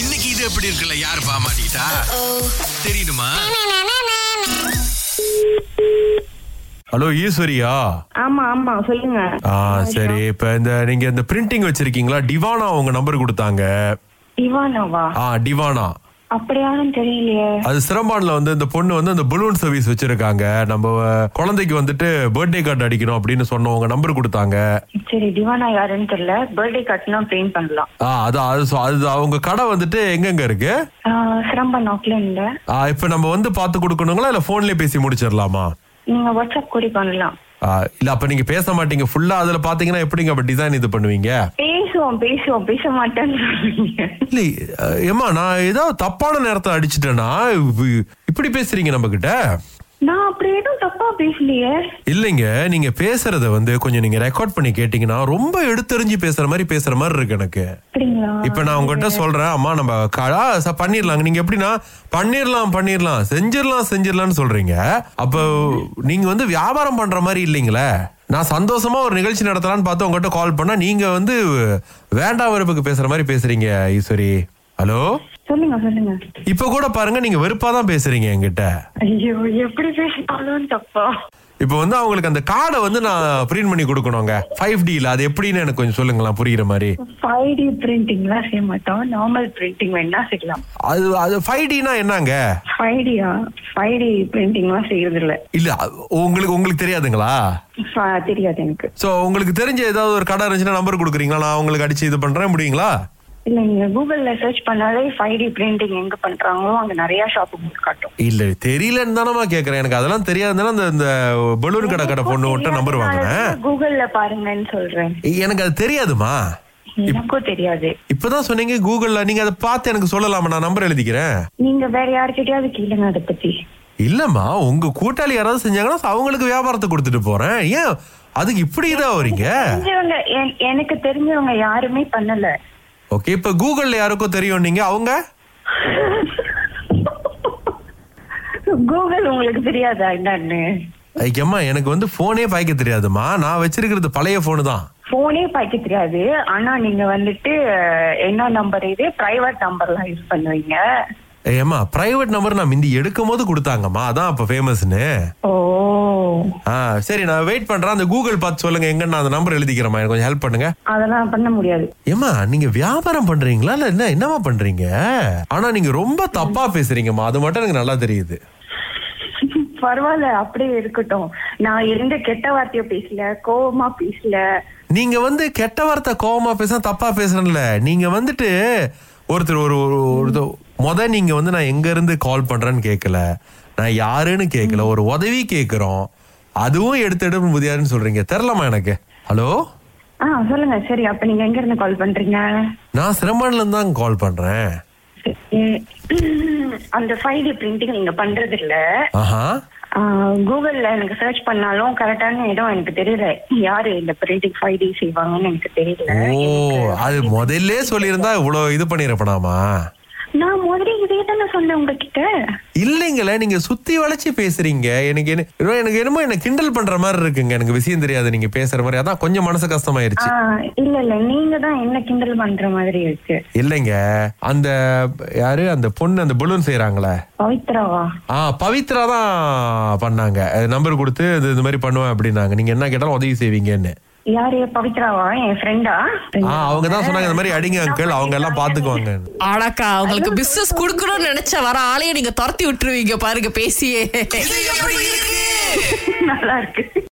இன்னைக்கு இது எப்படி இருக்குல்ல யார் பாமாட்டா தெரியுமா ஹலோ ஈஸ்வரியா ஆமா ஆமா சொல்லுங்க ஆ சரி இப்ப இந்த நீங்க இந்த பிரிண்டிங் வச்சிருக்கீங்களா டிவானா உங்க நம்பர் கொடுத்தாங்க இவானாவா ஆ டிவானா அப்படி யாரும் தெரியலையே அது சிரம்பான்ல வந்து இந்த பொண்ணு வந்து அந்த பலூன் சர்வீஸ் வச்சிருக்காங்க நம்ம அஹ், குழந்தைக்கு வந்துட்டு பர்த்டே கார்டு அடிக்கணும் அப்படின்னு சொன்னோம் உங்க நம்பர் கொடுத்தாங்க சரி திவானா யாருன்னு தெரியல பர்த்டே கார்ட்னா பெயிண்ட் பண்ணலாம் ஆ அதான் அது சொ- அது அவங்க கடை வந்துட்டு எங்கெங்க இருக்கு ஆஹ், சிரம்பன் ஆக்லாண்ட்ல ஆ இப்ப நம்ம வந்து பார்த்து கொடுக்கணுங்களா இல்ல போன்லயே பேசி முடிச்சிடலாமா நீங்க வாட்ஸ்அப் கூட பண்ணலாம் ஆ, இல்ல அப்ப நீங்க பேச மாட்டீங்க ஃபுல்லா அதுல பாத்தீங்கன்னா எப்படிங்க அப்ப டிசைன் இது பண்ணுவீங்க பேசுவோம் பேசுவோம் பேச மாட்டேன்னு சொல்றீங்க. இல்ல அஹ், ஏம்மா நான் ஏதாவது தப்பான நேரத்தை அடிச்சிட்டேனா இவ்- இப்படி பேசுறீங்க நம்ம கிட்ட நான் அப்படி எதுவும் தப்பா பேசலையே இல்லைங்க நீங்க பேசுறத வந்து கொஞ்சம் நீங்க ரெக்கார்ட் பண்ணி கேட்டீங்கன்னா ரொம்ப எடுத்தெரிஞ்சு பேசுற மாதிரி பேசுற மாதிரி இருக்கு எனக்கு அப்படிங்களா இப்ப நான் உங்ககிட்ட சொல்றேன் அம்மா நம்ம கடா ச- பண்ணிரலாங்க நீங்க எப்படின்னா பண்ணிரலாம் பண்ணிரலாம் செஞ்சிரலாம் செஞ்சிரலாம்னு சொல்றீங்க அப்ப நீங்க வந்து வியாபாரம் பண்ற மாதிரி இல்லைங்களே நான் சந்தோஷமா ஒரு நிகழ்ச்சி நடத்தலாம்னு பார்த்து உங்ககிட்ட கால் பண்ணா நீங்க வந்து வேண்டாம் வெறுப்புக்கு பேசுற மாதிரி பேசுறீங்க ஈஸ்வரி ஹலோ சொல்லுங்க சொல்லுங்க இப்ப கூட பாருங்க நீங்க வெறுப்பா தான் பேசுறீங்க என்கிட்ட ஐயோ எப்படி பேசினாலும் தப்பா இப்ப வந்து அவங்களுக்கு அந்த கார்டை வந்து நான் பிரிண்ட் பண்ணி கொடுக்கணுங்க ஃபைவ் டில அது எப்படின்னு எனக்கு கொஞ்சம் சொல்லுங்களேன் புரியுற மாதிரி ஃபைவ் டி பிரிண்டிங்லாம் செய்ய மாட்டோம் நார்மல் பிரிண்டிங் வேணா செய்யலாம் அது அது ஃபைவ் டினா என்னங்க ஃபைவ் டியா ஃபைவ் டி பிரிண்டிங்லாம் செய்யறது இல்ல இல்ல அது உங்களுக்கு உங்களுக்கு தெரியாதுங்களா ஃப- தெரியாது எனக்கு சோ உங்களுக்கு தெரிஞ்ச ஏதாவது ஒரு கடை இருந்துச்சுன்னா நம்பர் கொடுக்குறீங்களா நான் உங்களுக்கு அடிச்சு இது பண்றேன் முடியுங்களா இல்ல நீங்க கூகுள்ல சர்ச் பண்ணாலே ஃபைவ் டி பிரிண்டிங் எங்க பண்றாங்களோ அங்க நிறைய ஷாப் உங்களுக்கு காட்டும் இல்ல தெரியலன்னு தானமா கேக்குறேன் எனக்கு அதெல்லாம் தெரியாதுன்னா அந்த இந்த பலூன் கடை கடை பொண்ணு விட்ட நம்பர் வாங்கினேன் கூகுள்ல பாருங்கன்னு சொல்றேன் எனக்கு அது தெரியாதுமா எனக்கும் தெரியாது இப்பதான் சொன்னீங்க கூகுள்ல நீங்க அதை பார்த்து எனக்கு சொல்லலாமா நான் நம்பர் எழுதிக்கிறேன் நீங்க வேற யார்கிட்டயாவது கேளுங்க அதை பத்தி இல்லம்மா உங்க கூட்டாளி யாராவது செஞ்சாங்கன்னா ச- அவங்களுக்கு வியாபாரத்தை கொடுத்துட்டு போறேன் ஏன் அதுக்கு இப்படி இதா வரீங்க தெரிஞ்சவங்க என்- எனக்கு தெரிஞ்சவங்க யாருமே பண்ணல ஓகே இப்ப கூகுள்ல யாருக்கும் தெரியும் நீங்க அவங்க கூகுள் உங்களுக்கு தெரியாதா என்னன்னு ஐயம்மா எனக்கு வந்து போனே பாய்க்க தெரியாதுமா நான் வச்சிருக்கிறது பழைய போனு தான் போனே பாய்க்க தெரியாது ஆனா நீங்க வந்துட்டு அஹ், என்ன நம்பர் இது பிரைவேட் நம்பர்லாம் யூஸ் பண்ணுவீங்க ஏம்மா பிரைவேட் நம்பர் நான் மிந்தி எடுக்கும் போது கொடுத்தாங்கம்மா அதான் அப்ப ஃபேமஸ்னு ஓ ஆ சரி நான் வெயிட் பண்றேன் அந்த கூகுள் பார்த்து சொல்லுங்க எங்க நான் அந்த நம்பர் எழுதிக்கிறேம்மா எனக்கு கொஞ்சம் ஹெல்ப் பண்ணுங்க அதெல்லாம் பண்ண முடியாது ஏம்மா நீங்க வியாபாரம் பண்றீங்களா இல்ல என்ன என்னமா பண்றீங்க ஆனா நீங்க ரொம்ப தப்பா பேசுறீங்கம்மா அது மட்டும் எனக்கு நல்லா தெரியுது பரவாயில்ல அப்படியே இருக்கட்டும் நான் எந்த கெட்ட வார்த்தையோ பேசல கோவமா பேசல நீங்க வந்து கெட்ட வார்த்தை கோவமா பேச தப்பா பேசுறேன்ல நீங்க வந்துட்டு ஒருத்தர் ஒரு ஒரு- ஒரு முத நீங்க வந்து நான் எங்க இருந்து கால் பண்றேன்னு கேட்கல நான் யாருன்னு கேட்கல ஒரு உதவி கேட்கிறோம் அதுவும் எடுத்து எடுப்பு முடியாதுன்னு சொல்றீங்க தெரிலமா எனக்கு ஹலோ ஆ சொல்லுங்க சரி அப்ப நீங்க எங்க இருந்து கால் பண்றீங்க நான் சிரமன்ல இருந்து தான் கால் பண்றேன் உம், அந்த ஃபைவ் டி பிரிண்டிங் நீங்க பண்றது இல்ல ஆஹா ஆ, கூகுள்ல எனக்கு சர்ச் பண்ணாலும் கரெக்டான இடம் எனக்கு தெரியல யாரு இந்த பிரிண்டிங் ஃபைவ் டி செய்வாங்கன்னு எனக்கு தெரியல ஓ அது முதல்ல சொல்லியிருந்தா இவ்வளவு இது பண்ணிருப்பனாமா நான் முதல்ல இதே தானே சொன்னேன் உங்ககிட்ட இல்லைங்களே நீங்க சுத்தி வளைச்சு பேசுறீங்க எனக்கு என்ன- ஐயோ, எனக்கு என்னமோ என்ன கிண்டல் பண்ற மாதிரி இருக்குங்க எனக்கு விஷயம் தெரியாது நீங்க பேசுற மாதிரி அதான் கொஞ்சம் மனசு கஷ்டமாயிருச்சு ஆ, இல்ல இல்ல நீங்க தான் என்ன கிண்டல் பண்ற மாதிரி இருக்கு இல்லைங்க அந்த யாரு அந்த பொண்ணு அந்த பலூன் செய்யறாங்களே பவித்ராவா ஆ பவித்ரா தான் பண்ணாங்க நம்பர் கொடுத்து இது இந்த மாதிரி பண்ணுவேன் அப்படின்னாங்க நீங்க என்ன கேட்டாலும் உதவி செய்வீங்கன்னு யாரு பவித்ராவா என் ஃப்ரெண்டா ஆ அவங்க தான் சொன்னாங்க இந்த மாதிரி அடிங்க அங்கிள் அவங்க எல்லாம் பாத்துக்குவாங்க அடக்கா உங்களுக்கு பிசினஸ் குடுக்கணும்னு நினைச்ச வர ஆளையே நீங்க துரத்தி விட்டுருவீங்க பாருங்க பேசியே இது எப்படி இருக்கு நல்லா இருக்கு